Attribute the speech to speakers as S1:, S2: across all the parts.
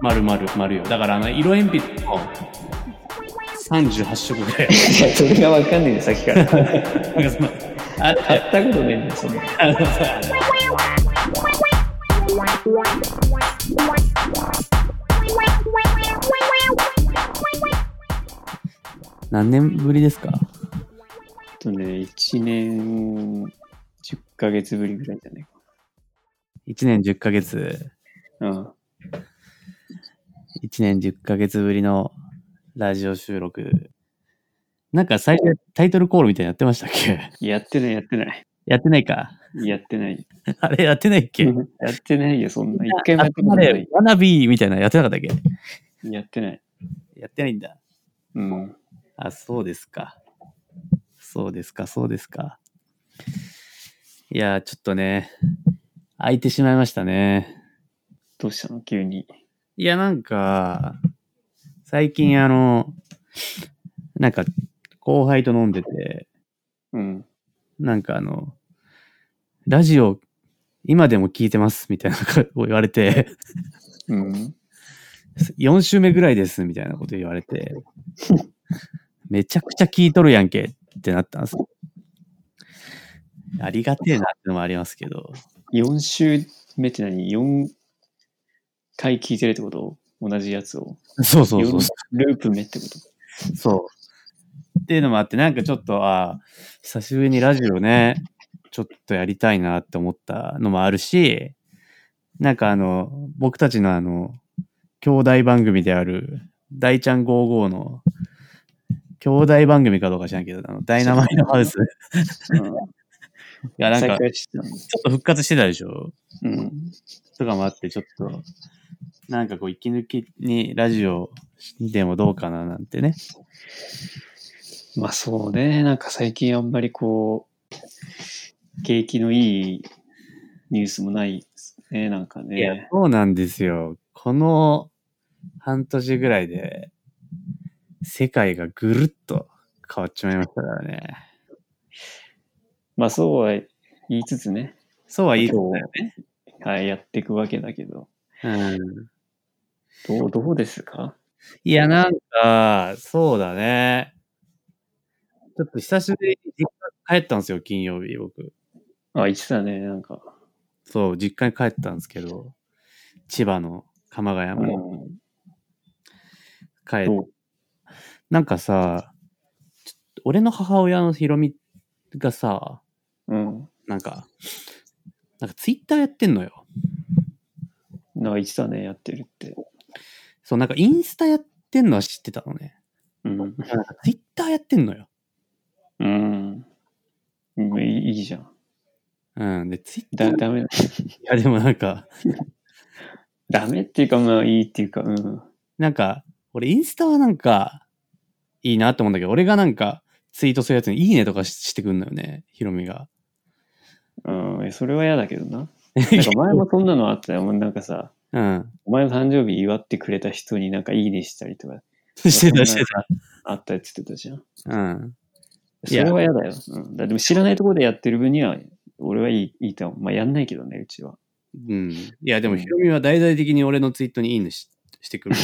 S1: 丸々丸よ。だからあの、色鉛筆も38色ぐらい
S2: いや、それがわかんねえよ、さっきから。買っ
S1: ある。なんかその、あって
S2: たことねえんだよ、そんな。
S1: あのさ、何年ぶりですか
S2: えっとね、1年10ヶ月ぶりぐらいじゃないか
S1: ?1 年10ヶ月、
S2: な。うん。
S1: 1年10ヶ月ぶりのラジオ収録。なんか最初タイトルコールみたいなのやってましたっけ
S2: やってない、やってない。
S1: やってないか。
S2: やってない。
S1: あれやってないっけ
S2: やってないよ、そんな。一回もやったこと
S1: あ
S2: な
S1: れ
S2: い。
S1: ワナビーみたいなのやってなかったっけ
S2: やってない。
S1: やってないんだ。
S2: うん。
S1: あ、そうですか。そうですか、そうですか。いやー、ちょっとね、空いてしまいましたね。
S2: どうしたの急に。
S1: いや、なんか、最近あの、なんか、後輩と飲んでて、
S2: うん。
S1: なんかあの、ラジオ、今でも聞いてます、みたいなことを言われて、
S2: うん。
S1: 4週目ぐらいです、みたいなこと言われ て、めちゃくちゃ聞いとるやんけってなったんですよありがてえなってのもありますけど、
S2: 4週目って何 ?4 回聞いてるってこと同じやつを。
S1: そうそうそう。
S2: 四ループ目ってこと
S1: そう。っていうのもあって、なんかちょっと、ああ久しぶりにラジオね、ちょっとやりたいなって思ったのもあるし、なんかあの、僕たちのあの、兄弟番組である、大ちゃん55の、兄弟番組かどうか知らんけど、あの、ダイナマイトハウス
S2: うん。
S1: がなん
S2: 再
S1: か、
S2: 開してたの
S1: ちょっと復活してたでしょ
S2: うん。
S1: とかもあって、ちょっと、なんかこう、息抜きにラジオでもどうかななんてね。
S2: まあそうね、なんか最近あんまりこう、景気のいいニュースもないですね、なんか
S1: いや
S2: ね。、
S1: そうなんですよ。この半年ぐらいで、世界がぐるっと変わっちまいましたからね。
S2: まあそうは言いつつね、
S1: そうはいい
S2: 今
S1: と
S2: 日、はい、やっていくわけだけど、
S1: うん。
S2: どう、どうですか
S1: いや、なんか、そうだね。ちょっと久しぶりに実家帰ったんですよ、金曜日、僕。
S2: あ、言ってたね、なんか。
S1: そう、実家に帰ったんですけど、千葉の鎌ヶ
S2: う
S1: 谷まで
S2: ん、
S1: 帰って、
S2: どう
S1: なんかさ、ちょっと俺の母親のひろみがさ、
S2: うん。
S1: なんか、なんかツイッターやってんのよ。
S2: なんか言ってたね、やってるって。
S1: そう、なんかインスタやってんのは知ってたのね。
S2: うん。
S1: なんかツイッターやってんのよ。
S2: うん。うんいいいいじゃん。
S1: うん。で、ツイッタ
S2: だ、
S1: ー。い
S2: ダメだ。
S1: や、でもなんか、
S2: ダメっていうか、まあいいっていうか、うん。
S1: なんか、俺インスタはなんか、いいなと思うんだけど、俺がなんか、ツイートするやつにいいねとかししてくんのよね、ヒロミが。
S2: うんえ、それは嫌だけどな。なん か前もそんなのあったよ。もうなんかさ、
S1: うん。
S2: お前の誕生日祝ってくれた人になんかいいね したりとか
S1: してた、してた。
S2: あったやつって言ってたじゃん。
S1: うん。い
S2: そ
S1: や
S2: れは嫌だよ。うん、だでも知らないところでやってる分には、俺はいい、いいと思う。まあやんないけどね、うちは。
S1: うん。いや、でもヒロミは大々的に俺のツイートにいいねししてくる。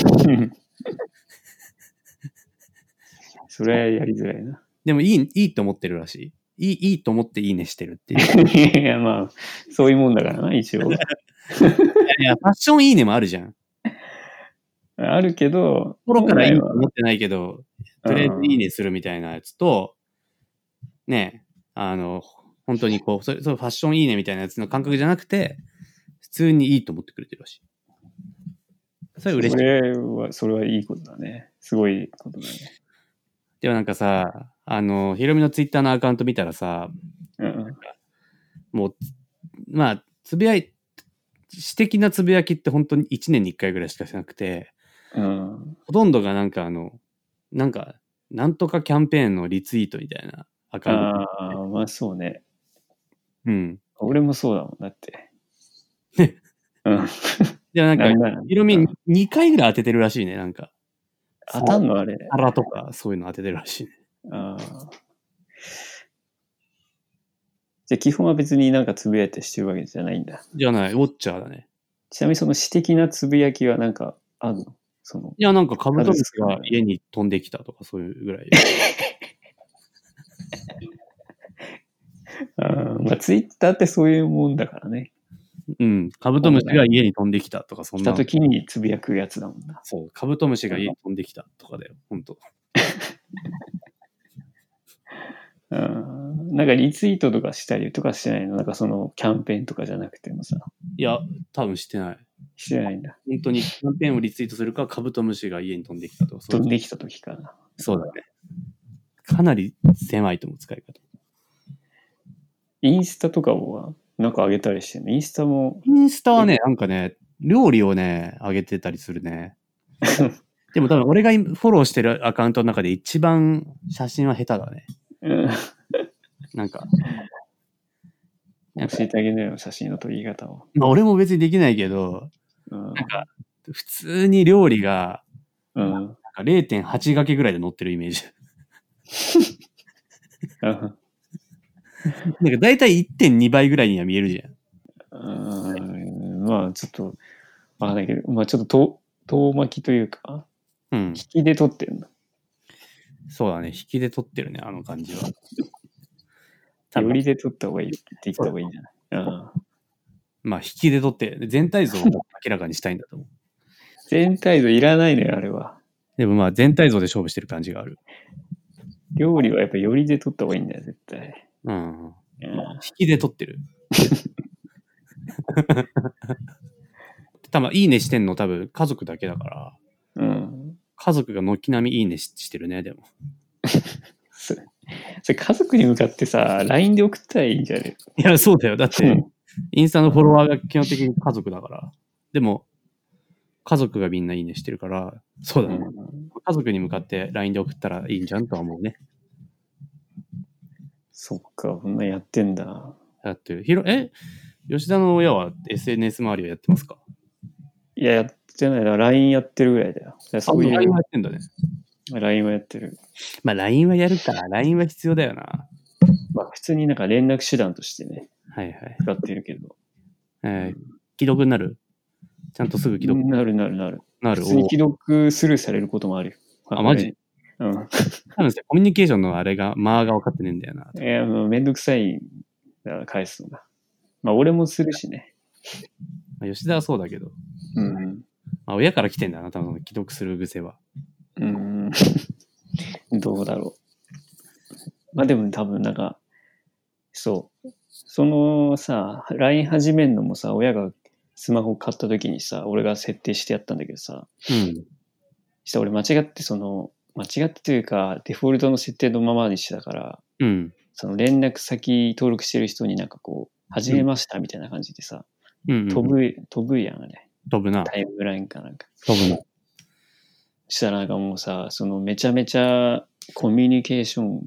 S2: それはやりづらいな。
S1: でもいい、いいと思ってるらしい。いい、いいと思っていいねしてる っていう。
S2: いや、まあ、そういうもんだからな、一応。
S1: いや、ファッションいいねもあるじゃん。
S2: あるけど、
S1: 心からいい
S2: 本
S1: と
S2: 来は
S1: 思ってないけど、とりあえずいいねするみたいなやつと、ねえ、あの、本当にこう、それそれファッションいいねみたいなやつの感覚じゃなくて、普通にいいと思ってくれてるらしい。それ嬉し
S2: そ
S1: い。
S2: れは、それはいいことだね。すごいことだね。
S1: でもなんかさ、あの、ヒロミのツイッターのアカウント見たらさ、
S2: うん
S1: もう、まあ、つぶやい、私的なつぶやきって本当に1年に1回ぐらいしかしなくて、
S2: うん。うん。
S1: ほとんどがなんかあの、なんか、なんとかキャンペーンのリツイートみたいなアカウント。
S2: ああ、まあそうね。
S1: うん。
S2: 俺もそうだもん、だって。うん。
S1: でもなんか
S2: なん、だ
S1: ヒロミ2回ぐらい当ててるらしいね、なんか。
S2: 当たんのあれ。
S1: 皿とか、そういうの当ててるらしいね。
S2: あーじゃあ基本は別になんかつぶやいてしてるわけじゃないんだ。
S1: じゃない、ウォッチャーだね。
S2: ちなみにその私的なつぶやきはなんかあるのその、
S1: いや、なんかカブトムシが家に飛んできたとか、そういうぐらい。
S2: あーまあ、ツイッターってそういうもんだからね。
S1: うん。カブトムシが家に飛んできたとか、そん
S2: 来
S1: な
S2: た。時につぶやくやつだもんな。
S1: そう。カブトムシが家に飛んできたとかだよ。本当
S2: あーなんかリツイートとかしたりとかしてないのなんかそのキャンペーンとかじゃなくてもさ、
S1: いや、多分してない。
S2: してないんだ。
S1: 本当にキャンペーンをリツイートするか、カブトムシが家に飛んできたとか、そう
S2: 飛んできた時かな。
S1: そうだね。かなり狭いと思う、使い方。
S2: インスタとかは、なんか上げたりしてるのインスタも、
S1: インスタはね、なんかね、料理をね、上げてたりする ね。でも多分俺が今フォローしてるアカウントの中で一番写真は下手だね。
S2: うん
S1: なんか。なんか
S2: 教えてあげなよ、写真の撮り方を。
S1: まあ、俺も別にできないけど、
S2: うん
S1: なんか、普通に料理が、
S2: うん。
S1: なんか0.8掛けぐらいで載ってるイメー ジ。
S2: うん
S1: なんか大体1.2倍ぐらいには見えるじゃん。
S2: うんまあ、ちょっと、わかんないけど、まあ、ちょっと遠、遠巻きというか、
S1: うん。
S2: 引きで撮ってんの。
S1: そうだね。引きで撮ってるね、あの感じは。多
S2: よ
S1: 分
S2: りで撮った方がいい、できた方がいいんじゃないうん
S1: まあ、引きで撮って、全体像を明らかにしたいんだと思う。
S2: 全体像いらないのよ、あれは。
S1: でもまあ、全体像で勝負してる感じがある。
S2: 料理はやっぱよりで撮った方がいいんだよ、絶対。
S1: うん。
S2: うん
S1: 引きで撮ってる。多分、いいねしてんの多分、家族だけだから。
S2: うん。
S1: 家族が軒並みいいねししてるね、でも。
S2: それ、それ家族に向かってさ、LINE で送ったらいいんじゃね
S1: いや、そうだよ。だって、インスタのフォロワーが基本的に家族だから。でも、家族がみんないいねしてるから、そうだね。
S2: うん
S1: 家族に向かって LINE で送ったらいいんじゃんとは思うね。
S2: そっか、こんなんやってんだ。
S1: だって、ひろ、え吉田の親は SNS 周りをやってますか
S2: いや、やってないな。LINE やってるぐらいだよ。だからそうい
S1: LINE はや
S2: う、
S1: ってんだね。
S2: LINE はやってる。
S1: まあ、LINE はやる から、LINE は必要だよな。
S2: まあ、普通になんか連絡手段としてね、
S1: はいはい。
S2: 使ってるけど。
S1: えー既読になるちゃんとすぐ既読に
S2: なるなるなる。
S1: な
S2: 普
S1: る。
S2: 通に既読スルーされることもあるよ。
S1: あマジ
S2: うん。
S1: 多分さコミュニケーションのあれが、間が分かってねえんだよな。
S2: いや、もうめんどくさいな、返すのが。まあ、俺もするしね。
S1: まあ吉田はそうだけど。
S2: うん。
S1: あ、親から来てんだな、多分、既読する癖は。
S2: うん。 どうだろう。まあ、でも多分なんか、そう。そのさ、LINE 始めんのもさ、親がスマホ買った時にさ、俺が設定してやったんだけどさ、
S1: うん。
S2: したら俺間違ってその、間違ってというか、デフォルトの設定のままにしてたから、
S1: うん。
S2: その連絡先登録してる人になんかこう、始めましたみたいな感じでさ、
S1: うん、うん。
S2: 飛。ぶ、飛ぶやんあれ。
S1: 飛ぶな。
S2: タイムラインかなんか。
S1: 飛ぶな。
S2: したらなんかもうさ、そのめちゃめちゃコミュニケーション、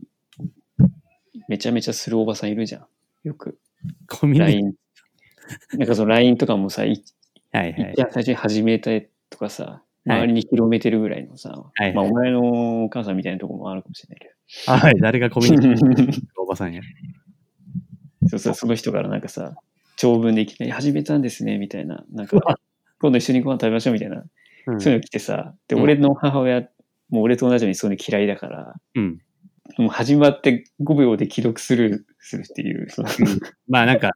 S2: めちゃめちゃするおばさんいるじゃん。よく。
S1: コミュニケ
S2: LINE。なんかその LINE とかもさ、い
S1: はいは
S2: 一
S1: い。
S2: 番最初に始めたりとかさ、
S1: はい
S2: 周りに広めてるぐらいのさ、
S1: はい
S2: まあお前のお母さんみたいなとこもあるかもしれないけど。
S1: はい、誰がコミュニケーションしてる おばさんや。
S2: そうそう、その人からなんかさ、長文でいきなり始めたんですね、みたいな。な んか、今度一緒にご飯食べましょう、みたいな。
S1: うん
S2: そういうの来てさ、で、
S1: うん
S2: 俺の母親、もう俺と同じようにそういうの嫌いだから、
S1: うん。
S2: もう始まって5秒で既読スルーするっていう、その
S1: まあなんか、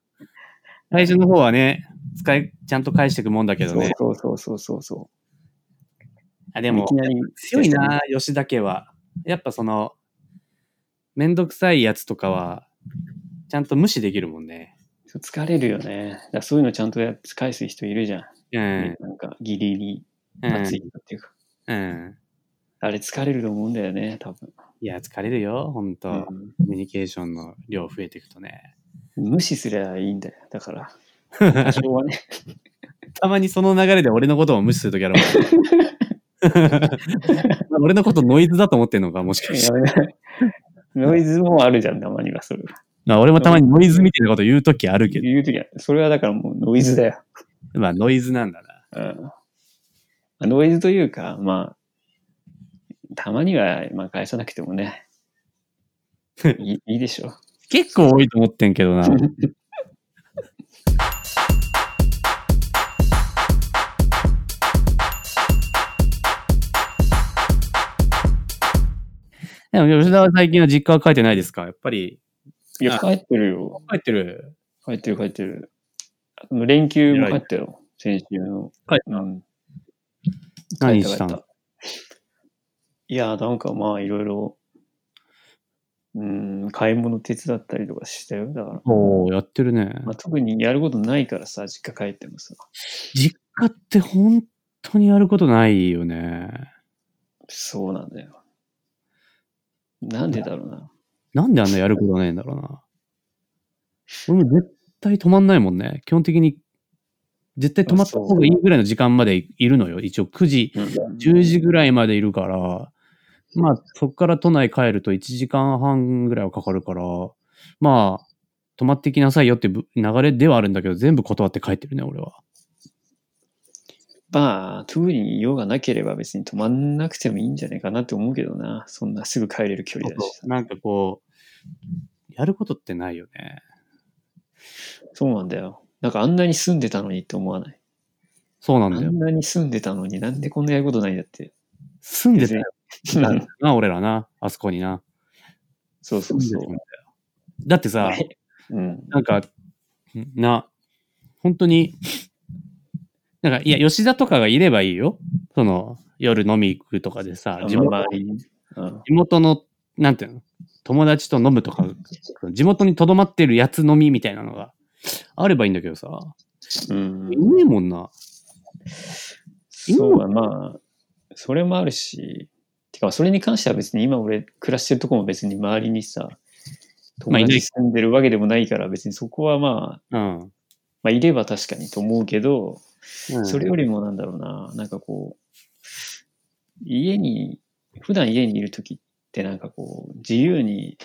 S1: 最初の方はね、使い、ちゃんと返していくもんだけどね。
S2: そうそうそうそうそ
S1: あ、
S2: う。
S1: でも
S2: いき、なり
S1: 強いな、吉田家は。やっぱその、めんどくさいやつとかは、ちゃんと無視できるもんね。
S2: そう疲れるよね。だからそういうのちゃんとや返す人いるじゃ
S1: う
S2: ん。
S1: ん。
S2: なんか、ギリギリ、
S1: う
S2: 熱い
S1: ん。
S2: 人っていうか。
S1: うん。
S2: あれ疲れると思うんだよね、多分。
S1: いや、疲れるよ、ほんと。コ
S2: うん
S1: ミュニケーションの量増えていくとね。
S2: 無視すりゃいいんだよ。だから。 多少はね。
S1: たまにその流れで俺のことを無視するときある もん俺のことノイズだと思ってんのか、もしかし
S2: や
S1: て。
S2: めないノイズもあるじゃん、たまにはそれは。
S1: まあ、俺もたまにノイズみたいなこと言うときあるけど、
S2: 言うときは、それはだからもうノイズだよ。
S1: まあノイズなんだな。
S2: うん。ノイズというか、まあ、たまには、まあ、返さなくて もね。いいいいでしょ
S1: 結構多いと思ってんけどな。 でも吉田は最近は実家は帰ってないですかやっぱり、
S2: いや、
S1: あ
S2: 帰ってるよ。
S1: 帰ってる。
S2: 帰ってる、帰ってる。あの連休も帰ったよ。先週の。
S1: 帰った
S2: うん。
S1: 何した
S2: 帰
S1: の
S2: っ帰っいや、なんかまあ、いろいろ、うん、買い物手伝ったりとかしたよ。だから。
S1: おおやってるね。
S2: まあ、特にやることないからさ、実家帰ってもさ。
S1: 実家って本当にやることないよね。
S2: そうなんだよ。なんでだろうな。
S1: なんであんなやることないんだろうな。俺も絶対止まんないもんね。基本的に、絶対止まった方がいいぐらいの時間までいるのよ。一応9時、10時ぐらいまでいるから、まあそこから都内帰ると1時間半ぐらいはかかるから、まあ、泊まってきなさいよってぶ流れではあるんだけど、全部断って帰ってるね、俺は。
S2: まあ、特に用がなければ別に止まんなくてもいいんじゃないかなって思うけどな。そんなすぐ帰れる距離だしさ。
S1: なんかこう、やることってないよね。
S2: そうなんだよ。なんかあんなに住んでたのにって思わない。
S1: そうな
S2: あ
S1: んだよ
S2: ん。なに住んでたのになんでこんなやることないんだって。
S1: 住んでたよ
S2: 別に
S1: な、俺らな、あそこにな。
S2: そうそうそ
S1: 住んでたんだ
S2: う。
S1: よだってさ、
S2: うん。
S1: なんか、な、本当に、なんか、いや、吉田とかがいればいいよ。その、夜飲み行くとかでさ、地元
S2: まあ周りに。うん
S1: 地元の、なんていうの、友達と飲むとか、地元に留まってるやつ飲みみたいなのがあればいいんだけどさ、
S2: うん
S1: い。ねえもんな。
S2: そうだ、まあ、それもあるし、てか、それに関しては別に今俺暮らしてるとこも別に周りにさ、
S1: まあい
S2: 友
S1: ない
S2: 達住んでるわけでもないから別にそこはまあ、
S1: うん。
S2: まあいれば確かにと思うけど、それよ
S1: を、
S2: りもなんだろうな、なんかこう、家に、普段家にいるときってなんかこう、自由に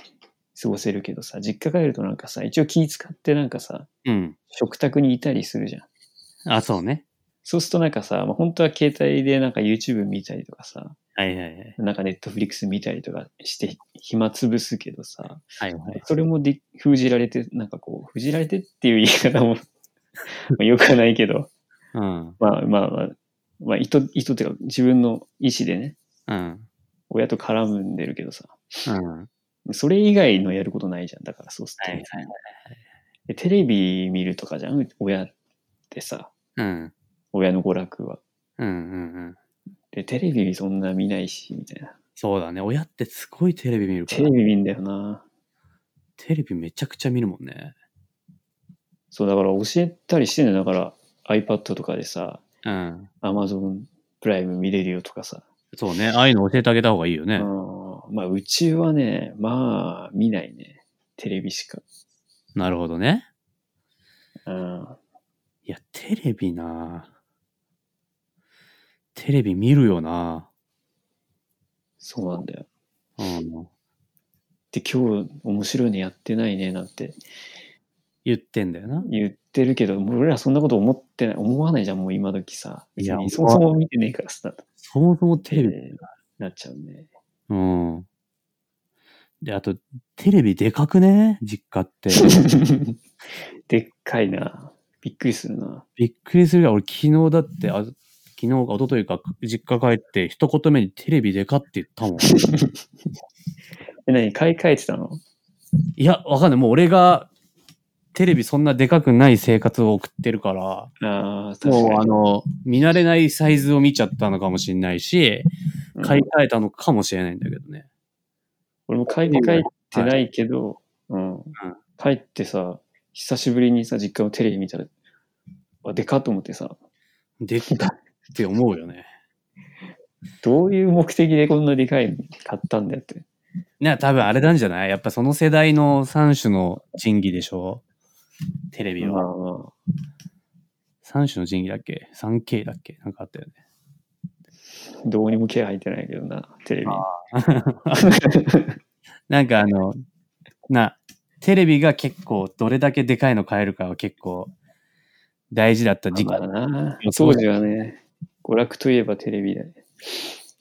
S2: 過ごせるけどさ、実家帰るとなんかさ、一応気使ってなんかさ、
S1: うん。
S2: 食卓にいたりするじゃん。
S1: あ、そうね。
S2: そうするとなんかさ、まあ、本当は携帯でなんか YouTube 見たりとかさ、
S1: はいはいはい。
S2: なんか Netflix 見たりとかして暇つぶすけどさ、
S1: はいはい。
S2: それもで封じられて、なんかこう、封じられてっていう言い方も まあよくはないけど、
S1: うん。
S2: まあまあまあ、まあ意図、意図っていうか自分の意思でね、
S1: うん。
S2: 親と絡んでるけどさ、
S1: うん。
S2: それ以外のやることないじゃん。だからそうす
S1: はい
S2: る
S1: はい
S2: とでテレビ見るとかじゃん、親ってさ、
S1: うん。
S2: 親の娯楽は。
S1: うんうんうん。
S2: で、テレビそんな見ないし、みたいな。
S1: そうだね。親ってすごいテレビ見るか
S2: テ
S1: ら
S2: レ。ビ見んだよな。
S1: テレビめちゃくちゃ見るもんね。
S2: そう、だから教えたりしてんだよ。だから iPad とかでさ、
S1: うん。
S2: Amazon プライム見れるよとかさ。
S1: そうね。ああいうの教えてあげた方がいいよね。
S2: うん。まあ、うちはね、まあ、見ないね。テレビしか。
S1: なるほどね。
S2: うん。
S1: いや、テレビなテレビ見るよな
S2: そうなんだよ。
S1: うん。
S2: で、今日面白いのやってないね、なんて
S1: 言ってんだよな。
S2: 言ってるけど、もう俺らそんなこと思ってない、思わないじゃん、もう今時さ。
S1: いや
S2: 別にそもそも見てねえからさ、
S1: そもそもテレビ。
S2: えーなっちゃうね。
S1: うん。で、あと、テレビでかくね実家って。
S2: でっかいな。びっくりするな。
S1: びっくりするよ。俺昨日だって、あ昨日か一昨日か実家帰って一言目にテレビでかって言ったもん。
S2: え、何買い替えてたの
S1: いや、わかんない。もう俺がテレビそんなでかくない生活を送ってるから、
S2: ああ、確かに。
S1: もうあの、見慣れないサイズを見ちゃったのかもしれないし、
S2: うん
S1: 買い替えたのかもしれないんだけどね。
S2: 俺も買い替えてないけど、うん。帰ってさ、久しぶりにさ、実家のテレビ見たら、あ、でかっと思ってさ、
S1: でっかって思うよね。
S2: どういう目的でこんなでかいの買ったんだよって。
S1: ね、多分あれなんじゃないやっぱその世代の3種の神器でしょテレビ
S2: まあ
S1: は。
S2: ま
S1: 3種の神器だっけ ?3K だっけなんかあったよね。
S2: あ、どうにも気配入ってないけどな、テレビ。
S1: なんかあの、な、テレビが結構どれだけでかいの買えるかは結構大事だった時期
S2: まあな
S1: そう。
S2: 当時はね、娯楽といえばテレビだね。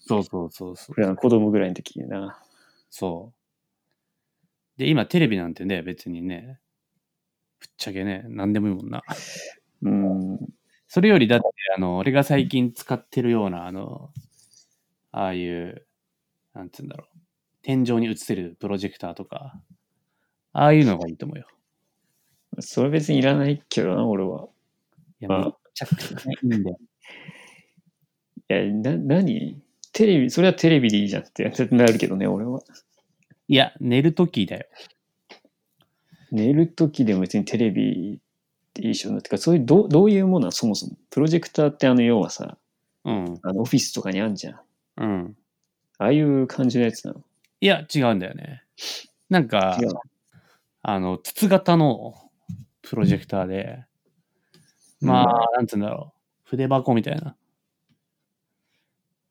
S1: そうそうそうそう
S2: 俺。らの子供ぐらいの時にな。
S1: そう。で、今テレビなんてね、別にね、ぶっちゃけね、何でもいいもんな。
S2: うん。
S1: それよりだって、あの、俺が最近使ってるような、あの、ああいう、なんつうんだろう。天井に映せるプロジェクターとか、ああいうのがいいと思うよ。
S2: それ別にいらないけどな、俺は。
S1: いや、
S2: あ
S1: めっちゃくちゃいいんだよ。
S2: いや、な、何テレビ、それはテレビでいいじゃんってなるけどね、俺は。
S1: いや、寝るときだよ。
S2: 寝るときでも別にテレビでいいっしょ。てか、そういう、どうどういうものはそもそも。プロジェクターってあの、要はさ、
S1: うん。
S2: あのオフィスとかにあんじゃん。あ
S1: うん。
S2: あいう感じのやつなの。
S1: いや、違うんだよね。なんか
S2: 違う、
S1: あの、筒型のプロジェクターで、まあ、なんつうんだろう。筆箱みたいな。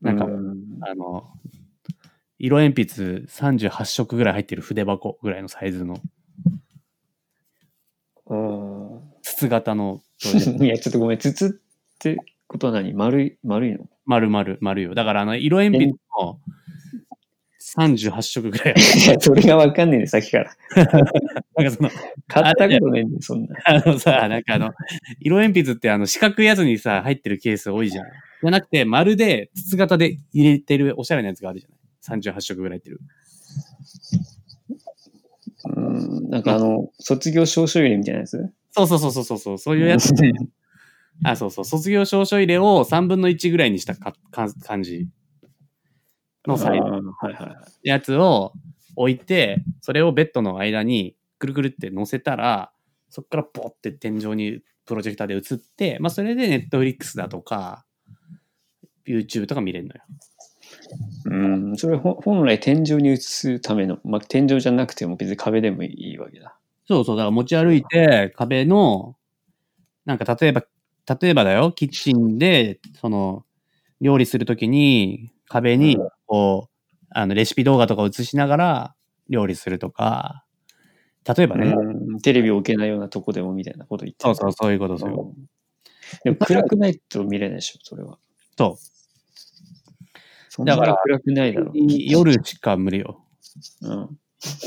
S1: なんか
S2: う
S1: あの、色鉛筆38色ぐらい入ってる筆箱ぐらいのサイズの
S2: うん。
S1: 筒型のプロジェクター
S2: いや、ちょっとごめん。筒ってことは何丸い、 丸いの
S1: 丸々丸よ。だからあの、色鉛筆の38色ぐらいある。
S2: いや、それがわかんねえね、さっきから。
S1: なんかその、
S2: 買ったことないんだよ、そんな。
S1: あのさ、なんかあの、色鉛筆ってあの、四角いやつにさ、入ってるケース多いじゃん。じゃなくて、丸で、筒型で入れてるおしゃれなやつがあるじゃない。38色ぐらい入ってる。
S2: うん。なんかあの、卒業証書入れみたいなやつ
S1: そうそうそうそうそうそう、そういう やつ。あ、そうそう、卒業証書入れを3分の1ぐらいにしたかか感じのサイズ
S2: あーはいはいはい。
S1: やつを置いて、それをベッドの間にくるくるって乗せたら、そっからポって天井にプロジェクターで映って、まあそれでネットフリックスだとか、YouTube とか見れるのよ。
S2: うん、それほ本来天井に移すための、まあ、天井じゃなくても別に壁でもいいわけだ。
S1: そうそう、だから持ち歩いて壁の、なんか例えば、例えばだよ、キッチンで、その、料理するときに壁に
S2: うん、
S1: こう、あの、レシピ動画とか映しながら料理するとか、例えばね、
S2: うんテレビを置けないようなとこでもみたいなこと言って
S1: そう
S2: る
S1: そう、そういうこと、そういうこと。
S2: うんでも暗くないと見れないでしょ、それは。
S1: そう
S2: そんな
S1: だから
S2: 暗くないだろう。
S1: 夜しか無理よ。
S2: うん。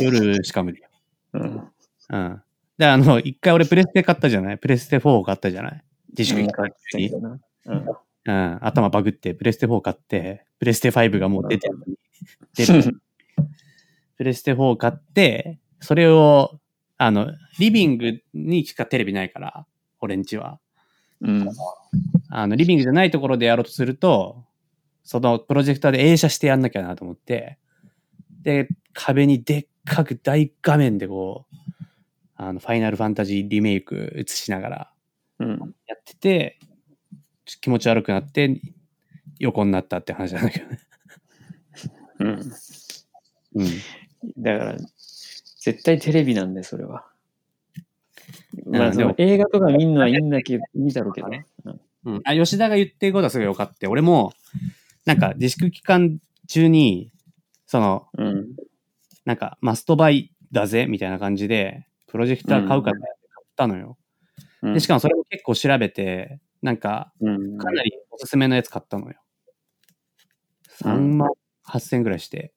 S1: 夜しか無理よ。
S2: うん。
S1: うん。で、あの、一回俺プレステ買ったじゃないプレステ4を買ったじゃない自粛期間中に。
S2: うんうん
S1: うん。頭バグって、プレステ4買って、プレステ5がもう出てるのに。出てるプレステ4買って、それを、あの、リビングにしかテレビないから、俺んちは。
S2: うん。
S1: あの、リビングじゃないところでやろうとすると、そのプロジェクターで映写してやんなきゃなと思って、で、壁にでっかく大画面でこう、あの、ファイナルファンタジーリメイク映しながら
S2: うん。
S1: やってて、ちょ気持ち悪くなって、横になったって話なんだけどね。
S2: うん。
S1: うん。
S2: だから、絶対テレビなんで、それは。ま
S1: う
S2: あ、
S1: ん
S2: そ
S1: で
S2: の
S1: も
S2: 映画とか見んのはいいんだけど、いいだろうけどね。うん
S1: うん、あ吉田が言ってることはすごい分かって、俺も、なんか自粛期間中に、その、
S2: うん。
S1: なんかマストバイだぜ、みたいな感じで、プロジェクター買うかって買ったのよ。
S2: うん
S1: で、しかもそれも結構調べて、なんか、
S2: うん
S1: かなりおすすめのやつ買ったのよ。
S2: うん
S1: 3万8000ぐらいして、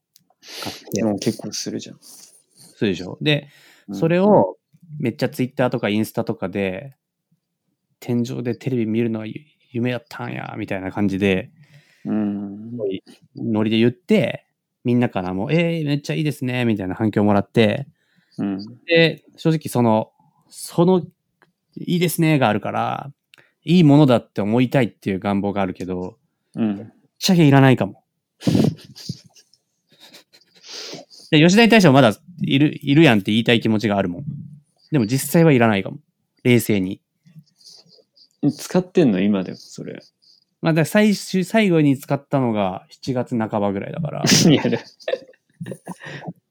S1: 買って、
S2: もう結構するじゃん。
S1: そうでしょ。で、
S2: うん
S1: それを、めっちゃツイッターとかインスタとかで、天井でテレビ見るのは夢だったんや、みたいな感じで、
S2: うん。
S1: ノリで言って、みんなからも、えー、めっちゃいいですね、みたいな反響もらって、
S2: うん。
S1: で、正直その、その、いいですねがあるから、いいものだって思いたいっていう願望があるけど、ぶっ
S2: うん。
S1: ちゃけいらないかも。 で吉田に対してはまだいる、いるやんって言いたい気持ちがあるもん。でも実際はいらないかも。冷静に。
S2: 使ってんの今でも、それ。
S1: まあ、だから最終、最後に使ったのが7月半ばぐらいだから。
S2: いやだ。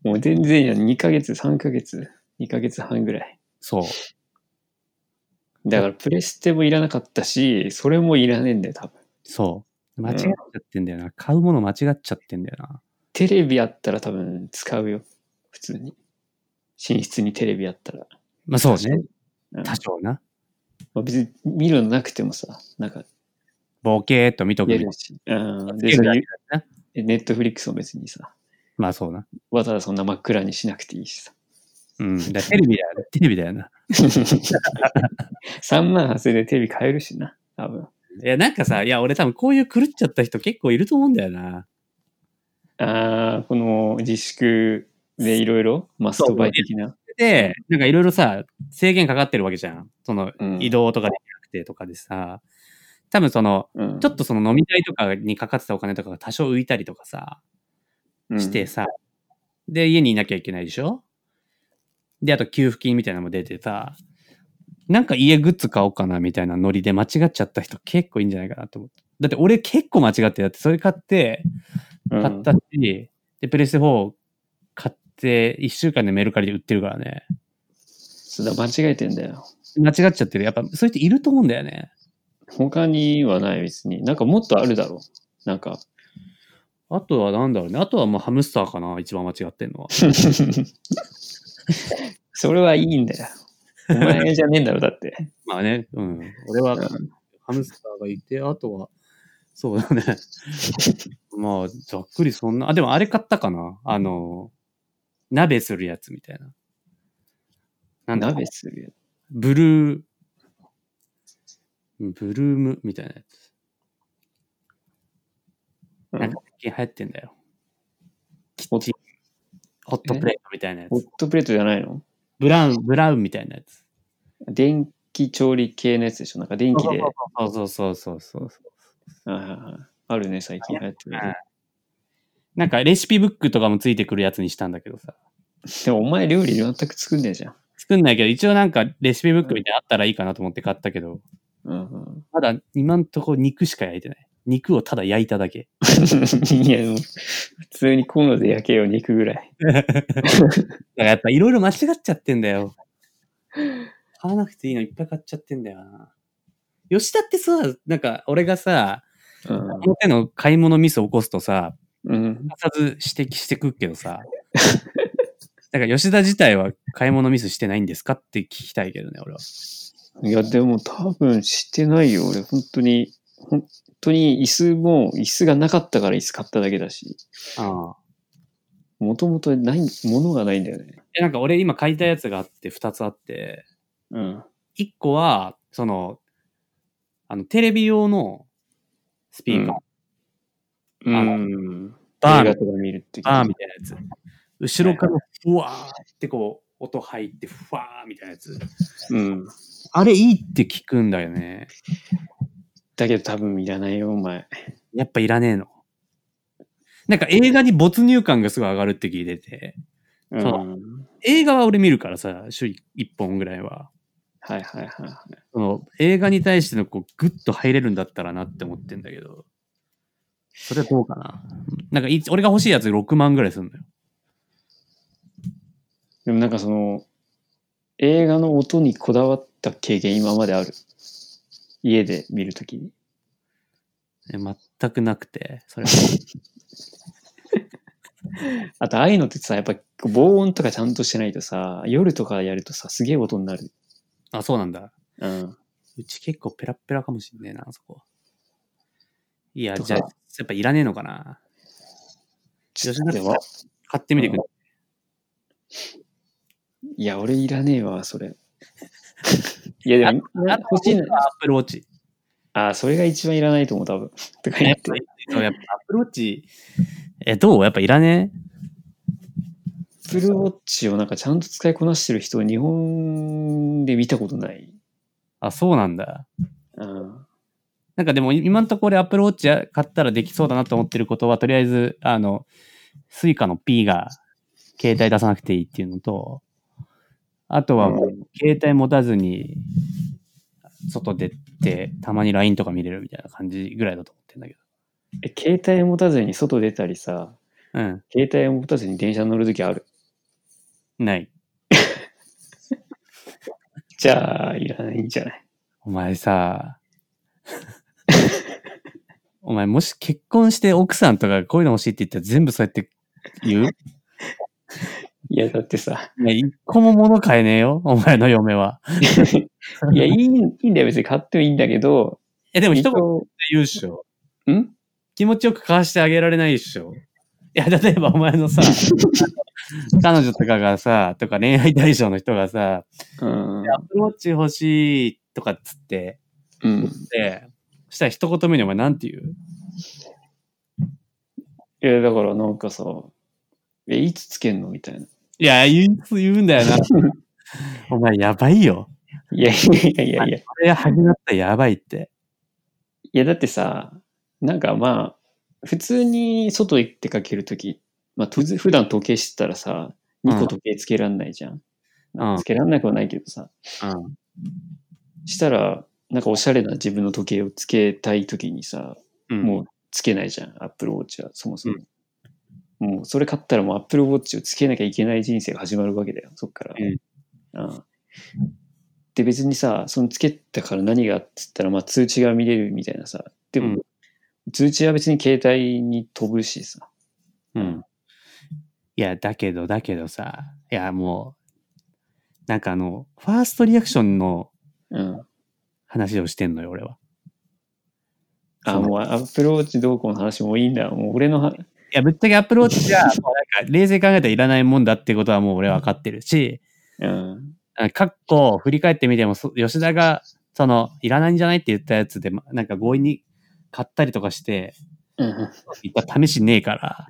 S2: もう全然やん。2ヶ月、3ヶ月、2ヶ月半ぐらい。
S1: そう。
S2: だから、プレステもいらなかったし、それもいらねえんだよ、多分。
S1: そう。間違っ
S2: ん
S1: ちゃってんだよな。買うもの間違っちゃってんだよな。
S2: テレビあったら多分使うよ。普通に。寝室にテレビあったら。
S1: まあそうね。
S2: うん
S1: 多少な。
S2: まあ、別に見るのなくてもさ、なんか
S1: ボケーっと見とく
S2: 見
S1: みたい
S2: えるし。うん。
S1: 見
S2: で、
S1: え
S2: そ
S1: るだ
S2: れ
S1: けだね
S2: ネットフリックスも別にさ、
S1: まあそうな。
S2: わざわざそんな真っ暗にしなくていいしさ。
S1: うん。だからテレビだよね。テレビだよな。
S2: 3万8000円でテレビ買えるしな、多分。
S1: いや、なんかさ、いや、俺多分こういう狂っちゃった人結構いると思うんだよな。
S2: ああ、この自粛でいろいろマストバイ的な。
S1: で、なんかいろいろさ、制限かかってるわけじゃん。その
S2: うん
S1: 移動とかできなくてとかでさ、多分その、
S2: うん
S1: ちょっとその飲み代とかにかかってたお金とかが多少浮いたりとかさ、して、さ、で、家にいなきゃいけないでしょで、あと給付金みたいなのも出てさ、なんか家グッズ買おうかなみたいなノリで間違っちゃった人結構いいんじゃないかなと思って。だって俺結構間違って、だってそれ買って、
S2: うん
S1: 買ったし、で、プレステ4買って1週間でメルカリで売ってるからね。
S2: そうだ、間違えてんだよ。
S1: 間違っちゃってる。やっぱそういう人いると思うんだよね。
S2: 他にはない別に。なんかもっとあるだろう。なんか。
S1: あとはなんだろうね。あとはもうハムスターかな、一番間違ってんのは。
S2: それはいいんだよ。お前じゃねえんだろ、だって。
S1: まあね、うん。俺はハムスターがいて、あとは、そうだね。 まあ、ざっくりそんな。あ、でもあれ買ったかなあの、鍋するやつみたいな。なんだ
S2: 鍋するよ。
S1: ブルー、ブルームみたいなやつ。
S2: うん
S1: なんか最近流行ってんだよ。キ
S2: ホ
S1: ッ
S2: ッ
S1: チンホットプレートみたいなや
S2: ホッ
S1: つ。
S2: トプレートじゃないの
S1: ブラウン、ブラウンみたいなやつ。
S2: 電気調理系のやつでしょなんか電気で。
S1: そうそうそうそうそうそう。
S2: あああるね、最近流行ってるね。
S1: なんかレシピブックとかもついてくるやつにしたんだけどさ。
S2: でもお前料理全く作んねえじゃん。
S1: 作んないけど、一応なんかレシピブックみたいなのあったらいいかなと思って買ったけど、
S2: うんうん、
S1: まだ今んとこ肉しか焼いてない。肉をただ焼いただけ。
S2: いや、もう普通にコンロで焼けよ、肉ぐらい。
S1: だからやっぱいろいろ間違っちゃってんだよ。買わなくていいのいっぱい買っちゃってんだよな。吉田ってさ、なんか俺がさ、
S2: うん。
S1: この手の買い物ミスを起こすとさ、
S2: うん。
S1: 必ず指摘してくっけどさ。 だから吉田自体は買い物ミスしてないんですかって聞きたいけどね、俺は。
S2: いや、でも多分してないよ、俺。本当に。本当に椅子も、椅子がなかったから椅子買っただけだし。
S1: ああ。
S2: もともとない、ものがないんだよね。
S1: え、なんか俺今買いたいやつがあって、二つあって、
S2: うん。
S1: 一個は、その、あの、テレビ用のスピーカー、
S2: うん。
S1: バ
S2: 映
S1: ー
S2: 画
S1: ン、
S2: とか見るって
S1: バーンみたいなやつ。後ろからふわーってこう、音入って、ふわーみたいなやつ。
S2: うん。
S1: あれいいって聞くんだよね。
S2: だけど多分いらないよ、お前。
S1: やっぱいらねえの。なんか映画に没入感がすごい上がるって聞いてて、
S2: うん。
S1: そ映画は俺見るからさ、週1本ぐらいは。
S2: はいはいはい。
S1: その映画に対してのこうグッと入れるんだったらなって思ってんだけど、それはどうかな。なんかい俺が欲しいやつ6万ぐらいするんだよ。
S2: でもなんかその、映画の音にこだわった経験今まである。家で見るときに。
S1: ね全くなくて、それは。
S2: あと、ああいうのってさ、やっぱ防音とかちゃんとしてないとさ、夜とかやるとさ、すげえ音になる。
S1: あ、そうなんだ。
S2: うん。
S1: うち結構ペラッペラかもしんねえな、そこ。いや、
S2: とか
S1: じゃあ、やっぱいらねえのかな。
S2: ちょっ
S1: 吉
S2: と
S1: 田
S2: でも
S1: 買ってみてくれ。
S2: いや、俺いらねえわ、それ。いや、でも、
S1: あ
S2: 欲しいな。
S1: アップルウォッチ。
S2: あ、それが一番いらないと思う、多分。 とか
S1: や
S2: 言
S1: っ
S2: って
S1: ぱ。そうやっぱアップルウォッチ、え、どうやっぱいらねえ
S2: Apple Watch をなんかちゃんと使いこなしてる人を日本で見たことない。
S1: あ、そうなんだ。
S2: うん。
S1: なんかでも今んとこ俺アップルウォッチ買ったらできそうだなと思ってることは、とりあえず、あの、スイカの P が携帯出さなくていいっていうのと、あとはもう
S2: うん
S1: 携帯持たずに外出て、たまに LINE とか見れるみたいな感じぐらいだと思ってんだけど。
S2: え、携帯持たずに外出たりさ、
S1: うん。
S2: 携帯を持たずに電車に乗るときある。
S1: ない。
S2: じゃあ、いらないんじゃない
S1: お前さ、お前もし結婚して奥さんとかこういうの欲しいって言ったら全部そうやって言う
S2: いや、だってさ、
S1: ね一個も物買えねえよ、お前の嫁は。
S2: いや、いい、いいんだよ、別に買ってもいいんだけど、
S1: え、でも一言
S2: 人
S1: 言うっしょ。
S2: をん
S1: 気持ちよく買わしてあげられないっしょ。いや、例えばお前の さ、彼女とかがさ、とか恋愛対象の人がさ、
S2: うん。
S1: アプローチ欲しいとかっつって、
S2: うん。
S1: で、そしたら一言目にお前なんて言う
S2: いや、だからなんかさ、え、いつつけんのみたいな。
S1: いや、言う、言うん だよな。お前、やばいよ。
S2: いやいやいやいやいや。い
S1: これ始まったらやばいって。
S2: や、だってさ、なんかまあ、普通に外行ってかけるとき、まあ、とず普段時計してたらさ、2個時計つけらんないじゃん。
S1: うん
S2: つけらんなくはないけどさ。
S1: うん。
S2: したら、なんかおしゃれな自分の時計をつけたいときにさ、
S1: うん、
S2: もうつけないじゃん、Apple Watch は、そもそも。もうそれ買ったらもう Apple Watch をつけなきゃいけない人生が始まるわけだよ、そっから。
S1: うん
S2: ああで、別にさ、そのつけたから何がっつったら、まあ通知が見れるみたいなさ。でも、通知は別に携帯に飛ぶしさ。
S1: うん。いや、だけど、だけどさ、いや、もう、なんかあの、ファーストリアクションの
S2: うん。
S1: 話をしてんのよ、俺は。
S2: あ、
S1: そう
S2: もう Apple Watch どうこうの話もういいんだ。もう俺のはい
S1: や、ぶっちゃけアップローチじ ゃ、もうなんか冷静に考えたらいらないもんだってことはもう俺は分かってるし、
S2: うん。
S1: あかっこ振り返ってみても、そ吉田が、その、いらないんじゃないって言ったやつで、まなんか強引に買ったりとかして、
S2: うん。
S1: いっぱい試しねえ から、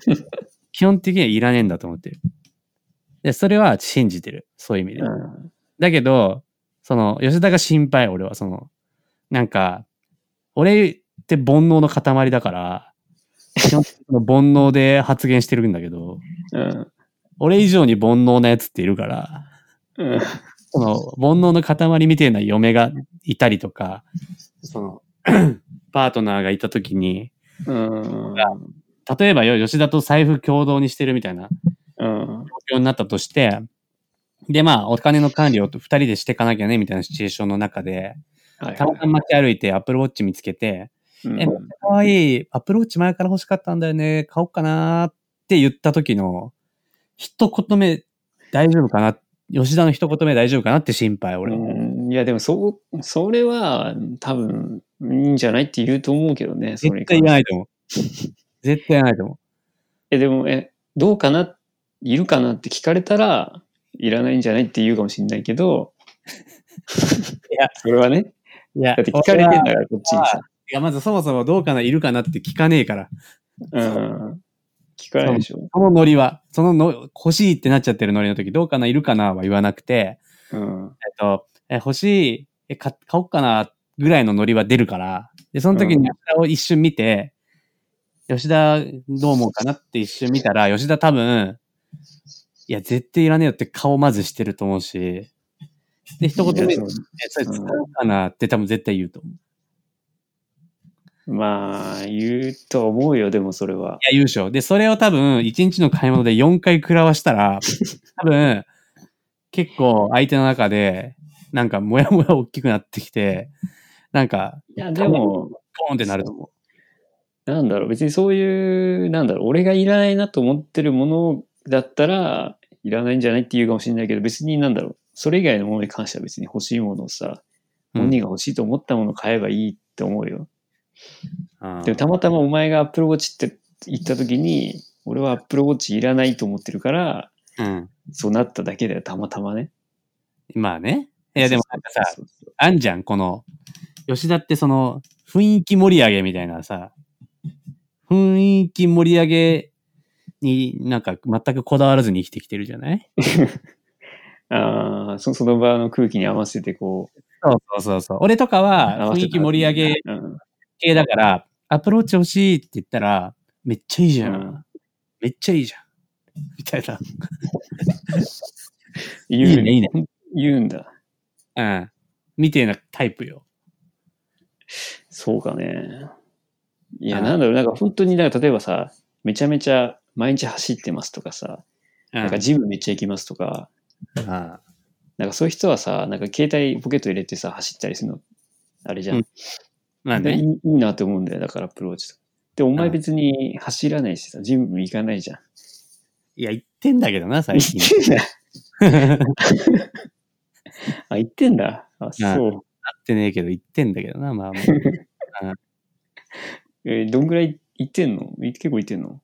S1: 基本的にはいらねえんだと思ってる。で、それは信じてる。そういう意味で。
S2: うん。
S1: だけど、その、吉田が心配、俺は、その、なんか、俺って煩悩の塊だから、基本的にその煩悩で発言してるんだけど、
S2: うん。
S1: 俺以上に煩悩なやつっているから、
S2: うん。
S1: その、煩悩の塊みたいな嫁がいたりとか、その、 パートナーがいたときに、
S2: うん。
S1: 例えばよ、吉田と財布共同にしてるみたいな
S2: うん。
S1: 状況になったとして、で、まあ、お金の管理を二人でしていかなきゃね、みたいなシチュエーションの中で、
S2: はい
S1: たまたま街歩いてアップルウォッチ見つけて、
S2: うん
S1: えかわいい、アップルウォッチ前から欲しかったんだよね、買おうかなーって言った時の、一言目、大丈夫かな吉田の一言目大丈夫かなって心配、俺は。
S2: うんいや、でも、そ、それは、多分、いいんじゃないって言うと思うけどね、それ。
S1: 絶対言わないいと思う。絶対言わないと思
S2: え、でも、え、どうかないるかなって聞かれたら、いらないんじゃないって言うかもしれないけど、
S1: いや、
S2: それはね、
S1: う。いや
S2: だって聞かれてんだから、こっちにさ。
S1: いや、まずそもそもどうかな、いるかなって聞かねえから。
S2: うん。聞かないでしょ。
S1: そのノリは、そのの欲しいってなっちゃってるノリの時、どうかな、いるかなは言わなくて、
S2: うん。
S1: えっと、え欲しい、え買買おうかな、ぐらいのノリは出るから、で、その時に吉田を一瞬見て、吉田どう思うかなって一瞬見たら、吉田多分、いや、絶対いらねえよって顔まずしてると思うし、で、一言
S2: い
S1: 目
S2: やそ、
S1: えそれ使おうかなって多分絶対言うと思う。いう
S2: まあ、言うと思うよ、でもそれは。
S1: や、言うでしょ。で、それを多分、1日の買い物で4回食らわした ら、多分、結構相手の中で、なんか、もやもや大きくなってきて、なんか、
S2: いや、でも、
S1: ポーンってなると思
S2: なんだろう、別にそういう、なんだろう、俺がいらないなと思ってるものだったら、いらないんじゃないって言うかもしれないけど、別になんだろう、それ以外のものに関しては別に欲しいものをさ、
S1: う。
S2: 本人が欲しいと思ったものを買えばいいって思うよ。
S1: うん
S2: でもたまたまお前が Apple Watch って言った時に、俺は Apple Watch いらないと思ってるから、
S1: うん。
S2: そうなっただけだよ、たまたまね。
S1: まあね。いや、でもなんかさ、
S2: そうそう
S1: あんじゃん、この、吉田ってその、雰囲気盛り上げみたいなさ、雰囲気盛り上げになんか全くこだわらずに生きてきてるじゃない
S2: ああ、そその場の空気に合わせてこう、
S1: そうそうそうそう。俺とか
S2: 合
S1: は
S2: わせ
S1: 雰
S2: て
S1: 囲気盛り上げ
S2: うん。
S1: 系だから、アプローチ欲しいって言ったら、めっちゃいいじゃん。
S2: うん
S1: めっちゃいいじゃん。みたいな。
S2: 言
S1: い
S2: う
S1: いねいいね
S2: 言うんだ。
S1: うん。みてえなタイプよ。
S2: そうかね。いや、
S1: うん
S2: なんだろう、なんか本当に、なんか例えばさ、めちゃめちゃ毎日走ってますとかさ、
S1: うん。
S2: なんかジムめっちゃ行きますとか、
S1: あ
S2: なんかそういう人はさ、なんか携帯ポケット入れてさ、走ったりするの、あれじゃん。
S1: うんまあ
S2: でい
S1: ね。
S2: いいいなって思うんだよ、だからアプローチとか。で、お前別に走らないしさ、ジム行かないじゃん。
S1: いや、言ってんだけど な、最近。
S2: 行ってんだ。あ、行って んだ。あ、そう。
S1: 会ってねえけど、言ってんだけどな、ま あもう。
S2: えーどんぐらい行ってんのい結構行ってんの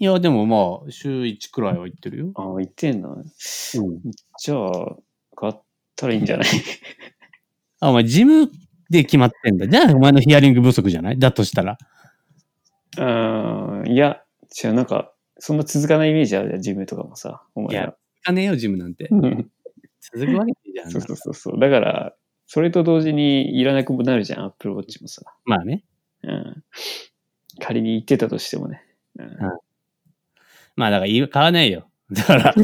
S1: いや、でもまあ、週1くらいは行ってるよ。
S2: あ、行ってんだ。
S1: うん。
S2: じゃあ、買ったらいいんじゃない
S1: あ、お前、ジムで決まってんだ。じゃあ、お前のヒアリング不足じゃないだとしたら。
S2: うーん、いや、違う、なんか、そんな続かないイメージあるじゃん、ジムとかもさ、お前
S1: い
S2: ら。
S1: かねえよ、ジムなんて。
S2: うん
S1: 続くわけないじゃん。
S2: そうそうそうそう。だから、それと同時にいらなくもなるじゃん、アップルウォッチもさ。
S1: まあね。
S2: うん。仮に行ってたとして もね。うん
S1: まあだからい、買わないよ。だ から、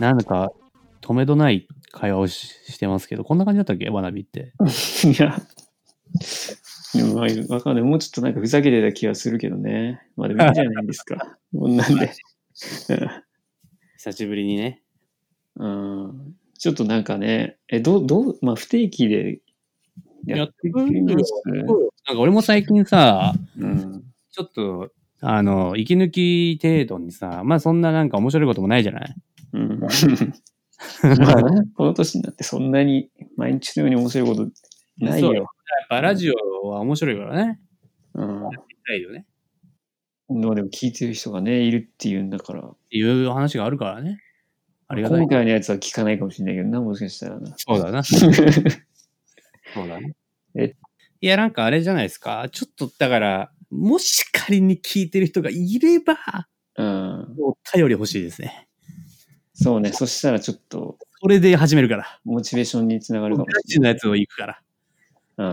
S1: なんか、止めどない会話をししてますけど、こんな感じだったっけわなびって。
S2: いや。でもまあ、わかんない。もうちょっとなんかふざけてた気がするけどね。まあでもいいんじゃないです か。こんなんで。
S1: 久しぶりにね。
S2: うん。ちょっとなんかね、え、どう、どう、まあ不定期でやってくるんですね。
S1: なんか俺も最近さ、
S2: うん。
S1: ちょっと、あの、息抜き程度にさ、まあそんななんか面白いこともないじゃない
S2: うん。まあね、この年になってそんなに毎日のように面白いことない
S1: そうよ
S2: よ。
S1: やっぱラジオは面白いからね。
S2: うん。
S1: ないよね。
S2: まあでも聞いてる人がね、いるっていうんだから。
S1: っていう話があるからね。ありがたい
S2: 今。回のやつは聞かないかもしれないけどな、もしかした らな。
S1: そうだな。そうだね。
S2: え
S1: いや、なんかあれじゃないですか。ちょっと、だから、もし仮に聞いてる人がいれば、
S2: うん。
S1: お便り欲しいですね。
S2: そうね、そしたらちょっと、
S1: それで始めるから。
S2: モチベーションにつなが
S1: ガ
S2: るかもし
S1: チ
S2: れ
S1: の
S2: ない。
S1: やつを行くから。
S2: う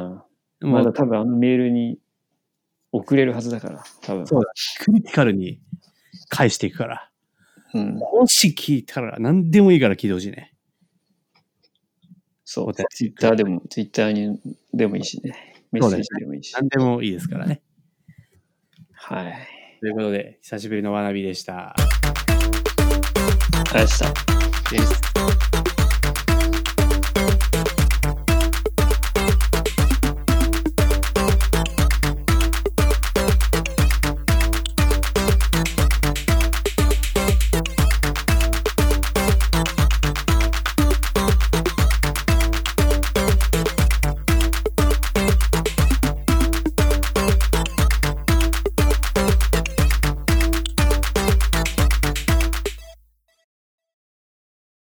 S2: ん。
S1: も
S2: ま
S1: う、
S2: だ多分あのメールに送れるはずだから、多分。
S1: そうクリティカルに返していくから。
S2: うん。
S1: もし聞いたら、何でもいいから聞いてほしいね。お
S2: そう。
S1: 手
S2: ツイッターでも、ツイッターにでもいいしね。メッセージでもいいし。
S1: 何でもいいですからね。
S2: はい。あり
S1: ということで、久しぶりのわなびでした。
S2: がとうございました。
S1: です。